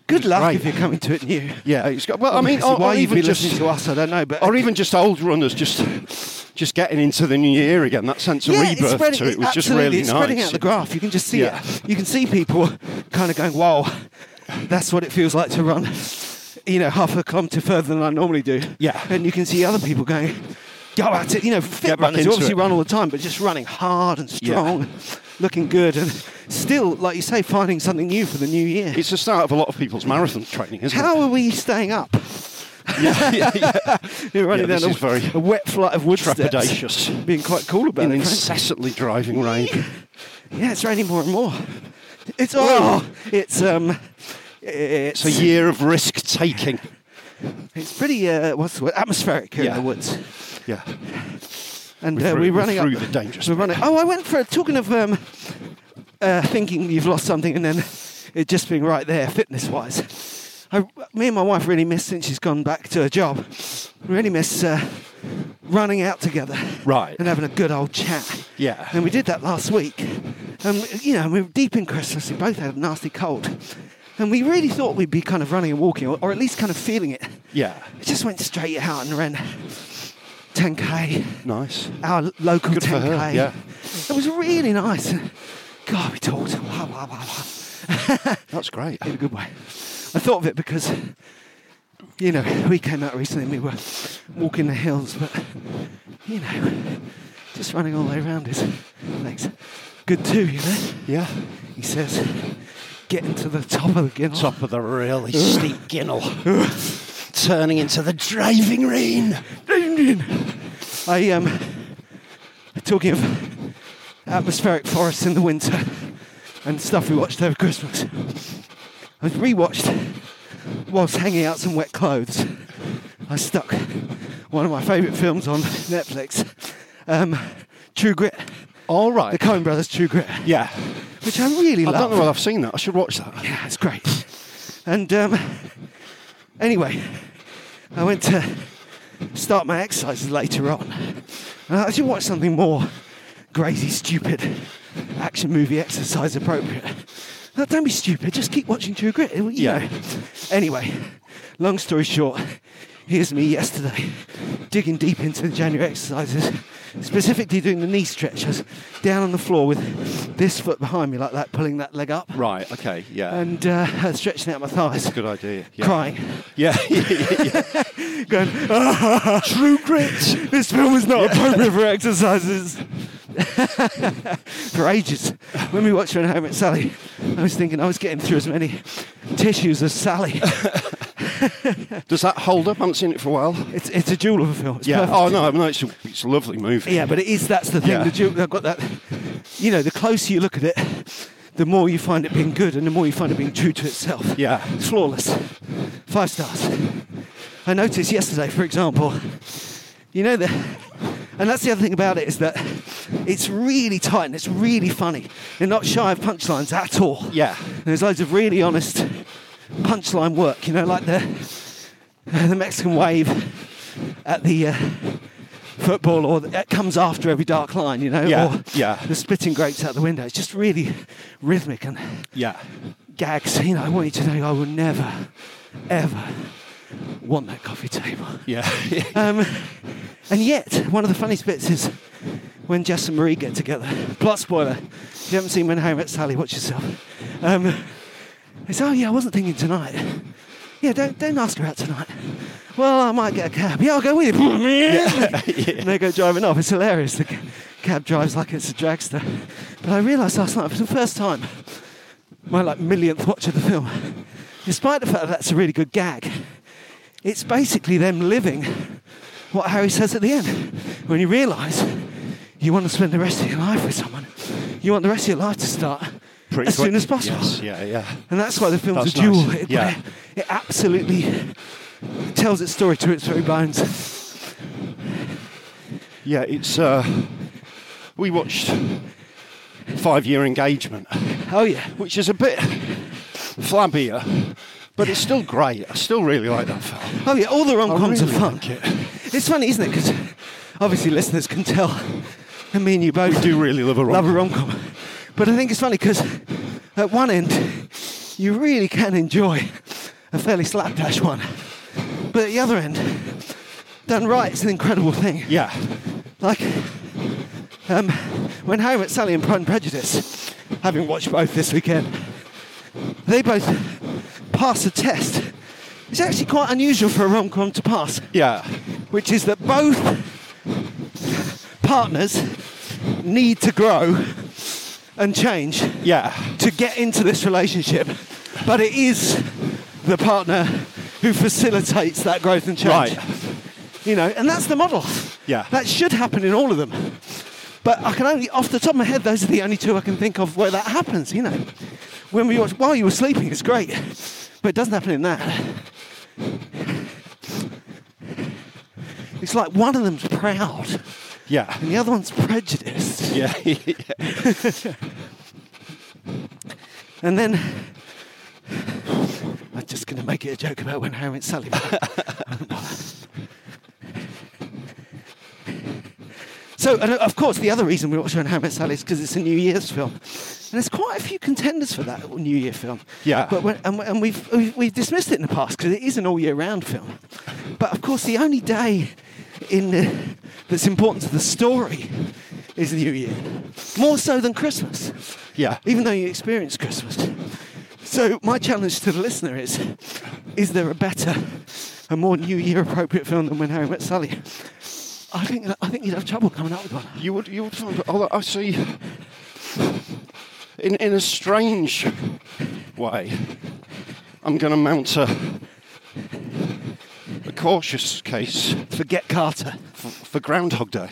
Good luck Right. if you're coming to it new. Yeah, it's got. Well, I mean, or, Oh, why or you'd even be just listening to us, I don't know. But or even just old runners just just getting into the new year again. That sense of yeah, it's rebirth spreading, to it was just absolutely, really it's nice. spreading out the graph. You can just see Yeah. it. You can see people kind of going, "Wow, that's what it feels like to run." You know, half a kilometre further than I normally do. Yeah. and you can see other people going, "Go at it!" You know, fit Get back runners who into obviously it. run all the time, but just running hard and Yeah. strong, and looking good, and still, like you say, finding something new for the new year. It's the start of a lot of people's marathon training, isn't How it? are we staying up? Yeah, yeah, yeah. You're running Yeah, down this a, is very a wet flight of wood steps. trepidatious. Being quite cool about In it. frankly. incessantly driving rain. Yeah, it's raining more and more. It's oh, it's um, It's it's a year of risk taking. it's pretty uh, what's the word? Atmospheric here Yeah. in the woods, Yeah. and We're uh, through- we're we're running through up the dangerous We're running. Oh, I went for a, talking of um, uh, thinking you've lost something and then it just being right there, fitness wise. I, me and my wife really miss since she's gone back to her job. Really miss uh, running out together, Right. and having a good old chat. Yeah. And we did that last week. And, you know, we were deep in Christmas. We both had a nasty cold. And we really thought we'd be kind of running and walking, or, or at least kind of feeling it. Yeah. It just went straight out and ran 10K, Nice. our local Good 10K. for her, yeah. It was really nice. God, we talked. Wow, wow, wow, wow. That's great. in a good way. I thought of it because, you know, we came out recently and we were walking the hills, but, you know, just running all the way around is makes good too, you know. Yeah. He says, getting to the top of the Guinness. Top of the really steep ginnel. Turning into the driving rain. I um, talking of atmospheric forests in the winter. and stuff we watched over Christmas. I've rewatched whilst hanging out some wet clothes. I stuck one of my favourite films on Netflix, um, True Grit, All right. the Coen Brothers True Grit, yeah. which I really I love. don't know whether I've seen that. I should watch that. Yeah, it's great. And um, anyway, I went to start my exercises later on. And I actually watched something more crazy, stupid, action movie exercise appropriate. Now, don't be stupid, just keep watching True Grit. You Yeah. know. Anyway, long story short, here's me yesterday digging deep into the January exercises, specifically doing the knee stretches down on the floor with this foot behind me like that, pulling that leg up Right. Okay. Yeah. and uh, stretching out my thighs, Good idea. Yeah. crying, Yeah. going, "Oh, True grit. "This film is not appropriate for exercises." for ages, when we watched Run Home at Sally, I was thinking I was getting through as many tissues as Sally. Does that hold up? I haven't seen it for a while. It's, it's a jewel of a film. It's yeah. perfect. Oh no, no, it's a, it's a lovely movie. Yeah, but it is. That's the thing. Yeah. The jewel, I've got that. You know, the closer you look at it, the more you find it being good, and the more you find it being true to itself. Yeah. It's flawless. Five stars. I noticed yesterday, for example, you know that, and that's the other thing about it is that it's really tight and it's really funny. You're not shy of punchlines at all. Yeah. There's loads of really honest punchline work, you know, like the the Mexican wave at the uh, football, or that comes after every dark line, you know, Yeah, or yeah. the splitting grapes out the window. It's just really rhythmic and Yeah. gags. You know, I want you to know I will never, ever want that coffee table. Yeah. Um, and yet, one of the funniest bits is when Jess and Marie get together. Plot spoiler. If you haven't seen When Harry Met Sally, watch yourself. Um, they say, oh yeah, I wasn't thinking tonight. Yeah, don't, don't ask her out tonight. Well, I might get a cab. Yeah, I'll go with you. And they go driving off. It's hilarious. The ca- cab drives like it's a dragster. But I realised last night, for the first time, my like millionth watch of the film, despite the fact that that's a really good gag, it's basically them living what Harry says at the end. When you realise you want to spend the rest of your life with someone, you want the rest of your life to start Pretty as soon quick. as possible. Yes. Yeah. Yeah. And that's why the film's That's a jewel. nice. It, Yeah. it absolutely tells its story to its very bones. Yeah. It's. Uh, we watched Five Year Engagement, Oh yeah. which is a bit flabbier, but it's still great. I still really like that film. Oh yeah, all the I rom-coms really are fun. like it. It's funny, isn't it? Because obviously listeners can tell, and me and you both We do really love a rom. love a rom-com. But I think it's funny because at one end, you really can enjoy a fairly slapdash one. But at the other end, done right, it's an incredible thing. Yeah. Like, um, when Harry Met Sally and Pride and Prejudice, having watched both this weekend, they both pass a test. It's actually quite unusual for a rom-com to pass Yeah. which is that both partners need to grow and change Yeah. to get into this relationship, but it is the partner who facilitates that growth and change. Right. You know, and that's the model. Yeah. That should happen in all of them. But I can only, off the top of my head, those are the only two I can think of where that happens, you know. When we watch, while you were sleeping, it's great. But it doesn't happen in that. It's like one of them's proud Yeah. and the other one's prejudiced. Yeah. And then I'm just going to make it a joke about when Harry met Sally. but I won't bother. so, and of course, the other reason we watch When Harry Met Sally is because it's a New Year's film, and there's quite a few contenders for that New Year film. Yeah. But when, and, and we've, we've we've dismissed it in the past because it is an all year round film. But of course, the only day in the, that's important to the story is New Year, more so than Christmas Yeah. even though you experience Christmas. So my challenge to the listener is: Is there a better, a more New Year appropriate film than When Harry Met Sally? I think I think you'd have trouble coming up with one. You would, you would find, although I see, in, in a strange way, I'm going to mount a, a cautious case Forget Carter. for, for Groundhog Day.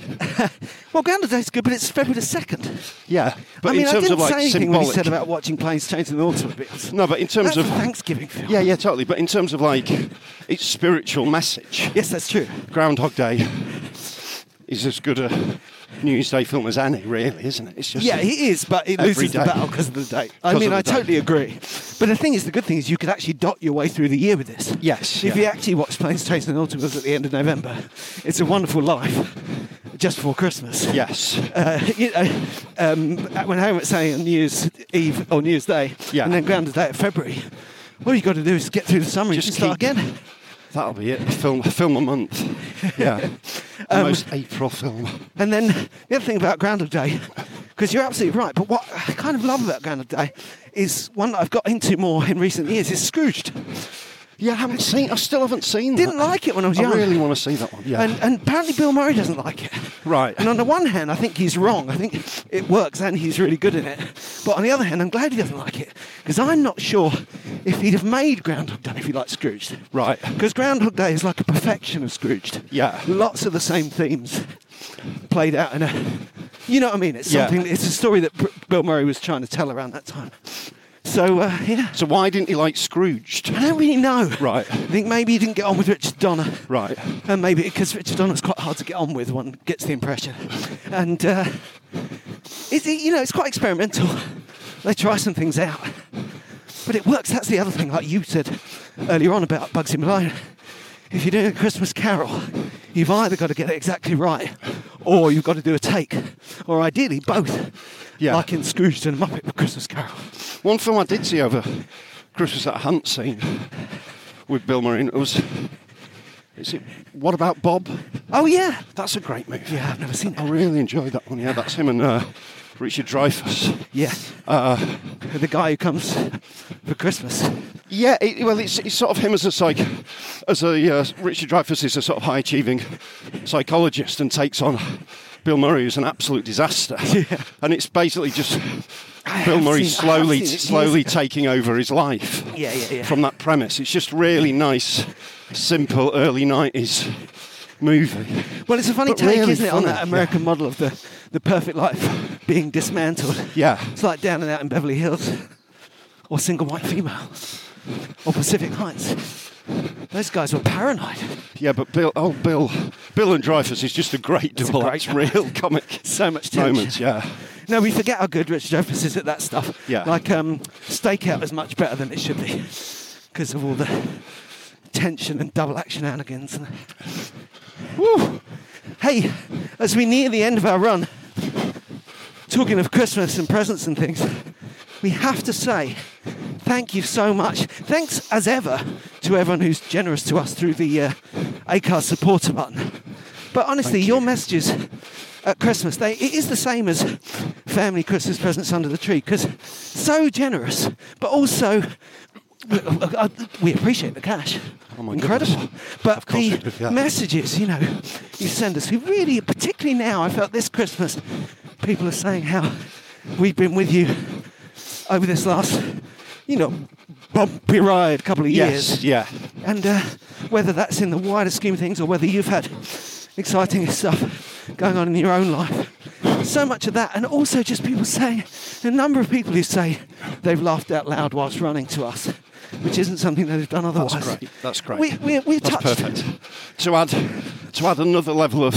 Well, Groundhog Day's good, but it's February the 2nd. Yeah, but I mean, in I terms didn't of like say anything symbolic, when you said about watching planes changing the automobiles. no, but in terms of That's a Thanksgiving film. yeah, yeah, totally. But in terms of like its spiritual message, Yes, that's true. Groundhog Day is as good a Newsday film as any, really, isn't it? It's just Yeah, he is, but it Every loses the day. battle because of the date. I 'Cause of mean, the I date. totally agree. But the thing is, the good thing is you could actually dot your way through the year with this. Yes, If yeah. you actually watch Planes, Trains and Automobiles at the end of November, it's a wonderful life just before Christmas. yes, Uh, you know, um, when Home was saying on News Eve or News Day, Yeah. and then Grounded Day at February, all you got to do is get through the summer Just and start keep- again. that'll be it. Film, film a month. Yeah, the Um, most April film. And then the other thing about Groundhog Day, because you're absolutely right, but what I kind of love about Groundhog Day is one that I've got into more in recent years is Scrooged. Yeah, I haven't seen. I still haven't seen. Didn't that. like it when I was I young. really want to see that one. Yeah, And, and apparently Bill Murray doesn't like it. Right. And on the one hand, I think he's wrong. I think it works and he's really good in it. But on the other hand, I'm glad he doesn't like it because I'm not sure if he'd have made Groundhog Day if he liked Scrooged. Right. Because Groundhog Day is like a perfection of Scrooged. Yeah. Lots of the same themes played out in a. You know what I mean? It's Yeah. something. It's a story that Br- Bill Murray was trying to tell around that time. So uh, yeah. So why didn't he like Scrooged? I don't really know. Right. I think maybe he didn't get on with Richard Donner. Right. And maybe because Richard Donner's quite hard to get on with, one gets the impression. And uh, it's, you know, it's quite experimental. They try some things out, but it works. That's the other thing, like you said earlier on about Bugsy Malone. If you're doing a Christmas Carol, you've either got to get it exactly right, or you've got to do a take, or ideally both. Yeah. Like in Scrooge and Muppet Christmas Carol. One film I did see over Christmas that I hadn't seen with Bill Murray. and It was. Is it What About Bob? Oh yeah, That's a great movie. yeah. I've never seen I it. really enjoyed that one. Yeah, that's him and uh, Richard Dreyfuss. Yeah. Uh, the guy who comes for Christmas. yeah, it, well, it's, it's sort of him as a psych, as a uh, Richard Dreyfuss is a sort of high achieving psychologist and takes on Bill Murray, who's an absolute disaster. And it's basically just I Bill have Murray seen- I have slowly, seen it years slowly ago. taking over his life. Yeah, yeah, yeah. From that premise, it's just really nice, simple early '90s movie. Well, it's a funny But take, really isn't it, on funny, that American model of the, the perfect life being dismantled. Yeah. It's like Down and Out in Beverly Hills, or Single White Female, or Pacific Heights. Those guys were paranoid. Yeah, but Bill, oh Bill, Bill and Dreyfus is just a great a double. great It's real comic So much tension. moments. Yeah, No, we forget how good Richard Dreyfuss is at that stuff. Yeah. Like, um, Stakeout is much better than it should be because of all the tension and double action anigans. And... Woo! Hey, as we near the end of our run, talking of Christmas and presents and things, we have to say thank you so much. Thanks as ever to everyone who's generous to us through the uh, ACARS supporter button. But honestly, your messages at Christmas, they, it is the same as family Christmas presents under the tree because so generous, but also uh, we appreciate the cash. Oh my Incredible. goodness. But Of course we do, the yeah. messages, you know, you send us, we really, particularly now, I felt this Christmas, people are saying how we've been with you over this last, you know, bumpy ride couple of yes, years. yeah, And uh, whether that's in the wider scheme of things or whether you've had exciting stuff going on in your own life. So much of that, and also just people saying, the number of people who say they've laughed out loud whilst running to us, which isn't something they've done otherwise. that's great. That's great. We, we, we're that's touched. perfect. To add, to add another level of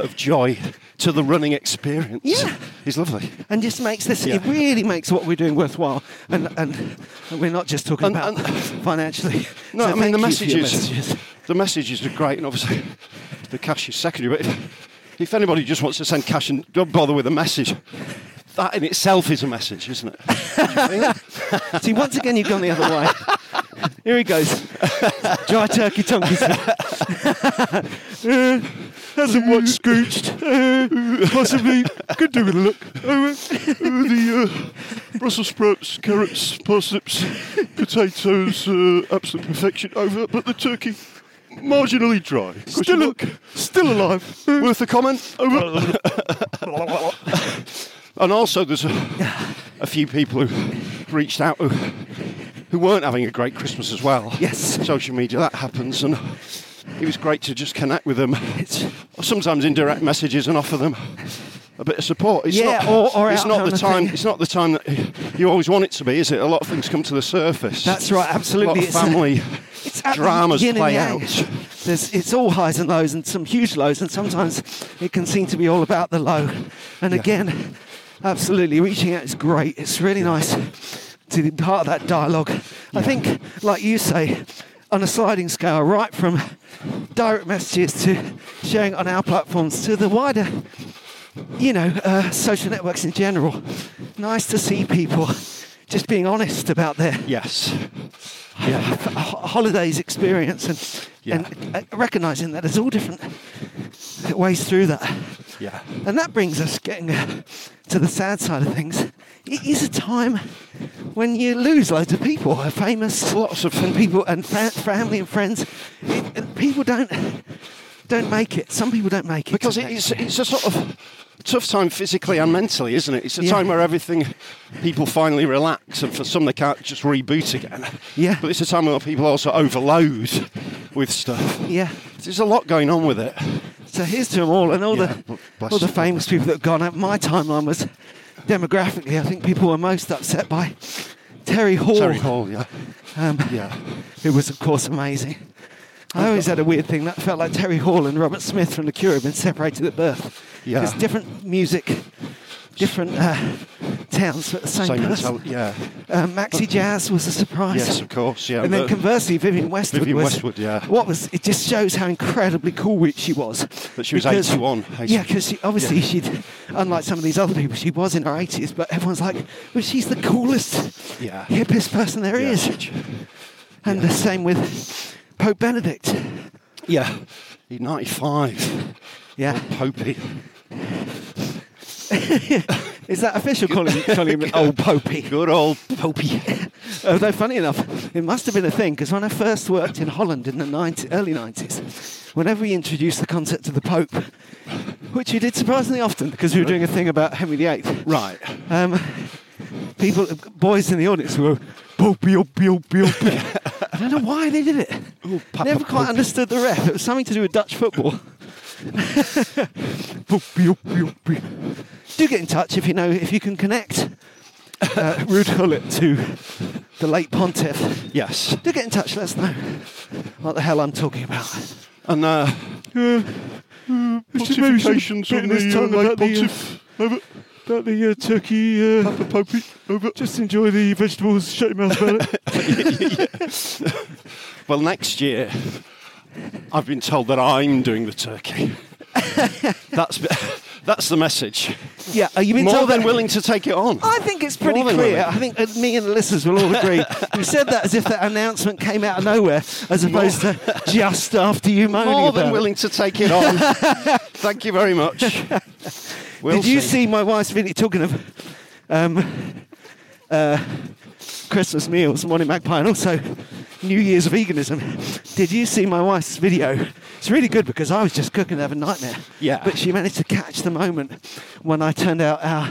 of joy to the running experience. Yeah. is lovely. And just makes this, it Yeah. really makes what we're doing worthwhile. And, and we're not just talking And- about and- financially. No, So I mean the thank you for your messages, The messages are great, and obviously the cash is secondary. But if, if anybody just wants to send cash and don't bother with a message, that in itself is a message, isn't it? See, once again, you've gone the other way. Here he goes. Dry turkey tonkies. uh, hasn't watched Scooched. Uh, possibly. Could do with a look. the uh, Brussels sprouts, carrots, parsnips, potatoes, uh, absolute perfection over, but the turkey marginally dry. Still, still alive. Worth a comment. Over. and also, there's a, a few people who reached out who, who weren't having a great Christmas as well. Yes. Social media, that happens, and it was great to just connect with them. Sometimes in direct messages and offer them a bit of support. It's Yeah, not, or- or it's out not kind the of time. thing. It's not the time that you always want it to be, is it? A lot of things come to the surface. That's right, A absolutely. lot of family at the eh? dramas yin and play yang. out. There's, it's all highs and lows, and some huge lows, and sometimes it can seem to be all about the low. And again, absolutely, reaching out is great. It's really nice to be part of that dialogue. I think, like you say, on a sliding scale, right from direct messages to sharing on our platforms to the wider, you know, uh, social networks in general. Nice to see people just being honest about their Yes. h- holidays experience and, Yeah. and uh, recognizing that there's all different ways through that. Yeah. And that brings us getting uh, to the sad side of things. It is a time when you lose loads of people, uh, famous Lots of and people and fa- family and friends. It, and people don't don't make it. Some people don't make it. because to the it next is it's a sort of tough time physically and mentally, isn't it? It's a Yeah. time where everything people finally relax, and for some they can't just reboot again. Yeah. But it's a time where people also overload with stuff. Yeah. There's a lot going on with it. So here's to them all, and all Yeah, bl- the bless all the you. famous people that have gone up. My timeline was demographically, I think people were most upset by Terry Hall, Terry Hall, yeah, Um, yeah, who was of course amazing. Oh, I always had a weird thing that felt like Terry Hall and Robert Smith from The Cure had been separated at birth. Yeah. It's different music, different uh, towns, but the same, Same person. mentality, yeah. Uh, Maxi Jazz was a surprise. Yes, of course, yeah, And then but- conversely, Vivian Westwood. Vivian was, Westwood, yeah. What was? It just shows how incredibly cool we- she was. That she was 81, Yeah, 80. because obviously Yeah. she'd, unlike some of these other people, she was in her 80s. But everyone's like, well, she's the coolest, Yeah. hippest person there Yeah. is. And the same with Pope Benedict. yeah. He's 95. Yeah. Popey. Is that official calling, calling him old Popey? Good old Popey. Although, funny enough, it must have been a thing because when I first worked in Holland in the 90, early 90s, whenever we introduced the concept of the Pope, which we did surprisingly often because we were doing a thing about Henry VIII, Right. um, people, boys in the audience were, Popey, Opey, Opey, Opey. I don't know why they did it. Papa Never quite Popey. understood the ref. It was something to do with Dutch football. Popey, Opey, Opey. Do get in touch if you know, if you can connect uh, Rude Hullet to the late pontiff. Yes. Do get in touch, let us know what the hell I'm talking about. And uh, pontifications on the uh, late pontiff. Over. About the uh, turkey, uh, Papa Popey. Over. just enjoy the vegetables, shut your mouth about it. Well, next year, I've been told that I'm doing the turkey. that's that's the message. yeah, are you been More told than that? Oh, willing to take it on. I think it's pretty More than clear. willing. I think uh, me and the listeners will all agree. we said that as if that announcement came out of nowhere, as opposed to just after you moaning More about than it. willing to take it on. Thank you very much. We'll Did you see my wife's video talking of um, uh, Christmas meals, Morning Magpie, and also New Year's veganism? Did you see my wife's video? It's really good because I was just cooking and having a nightmare. Yeah. But she managed to catch the moment when I turned out our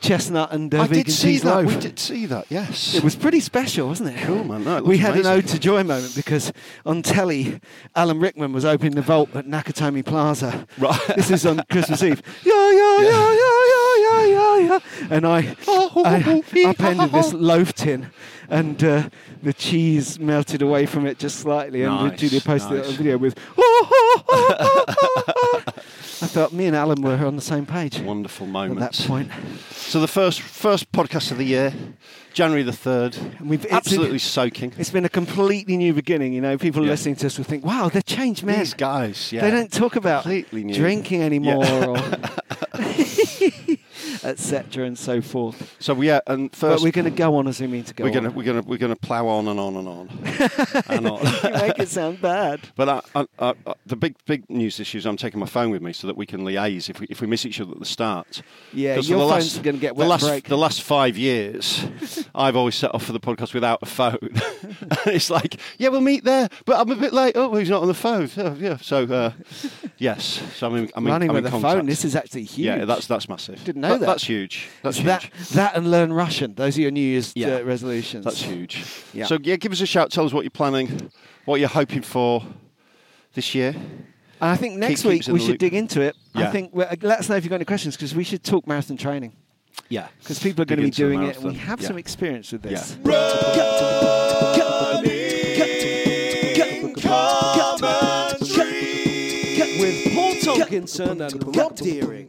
chestnut and uh, I vegan did see cheese that. loaf. We did see that. Yes. It was pretty special, wasn't it? Cool, man. No, it we looked had an amazing. ode to joy moment because on telly, Alan Rickman was opening the vault at Nakatomi Plaza. Right. This is on Christmas Eve. Yeah, yeah, yeah, yeah, yeah, yeah, yeah, yeah. And I, I upended this loaf tin, and uh, the cheese melted away from it just slightly. And Nice, Julia posted nice. a video with. "Oh, I felt me and Alan were on the same page. wonderful At moment. that point, So the first first podcast of the year, January the third. And we've- it's- absolutely soaking. it's been a completely new beginning. You know, people Yeah. listening to us will think, "Wow, they're changed men." These guys, yeah. They don't talk about Completely new. drinking anymore, Yeah. or etc. and so forth. So yeah, and But first we're going to go on as we mean to go. we're on. gonna we're gonna we're gonna plough on and on and on. and on. You make it sound bad. But uh, I, I, I, I- the big big news issue is I'm taking my phone with me so that we can liaise if we, if we miss each other at the start. Yeah, 'Cause for your the phone's last- gonna get the wet last break. the last five years. I've always set off for the podcast without a phone, and it's like yeah we'll meet there, but I'm a bit late. Oh, he's not on the phone. So, yeah, so uh, yes, so I'm in, I'm in, Running I'm with in a contact. phone. This is actually huge. yeah that's that's massive. Didn't know that. That's huge. That's It's huge. that that and learn Russian. Those are your New Year's Yeah. uh, resolutions. That's huge. Yeah. So yeah, give us a shout. Tell us what you're planning, what you're hoping for. this year. And I think next keep week us in we the should loop. dig into it. I Yeah. think we uh, let us know if you've got any questions because we should talk marathon training Yeah. because people are Dig going to into be the doing it. and We marathon. have Yeah. some experience with this. With Paul Tonkinson and Rob Deering.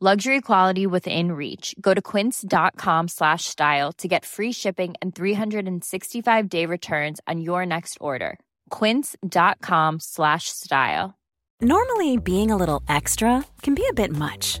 Luxury quality within reach. Go to quince.com slash style to get free shipping and 365 day returns on your next order. Quince.com slash style. Normally, being a little extra can be a bit much,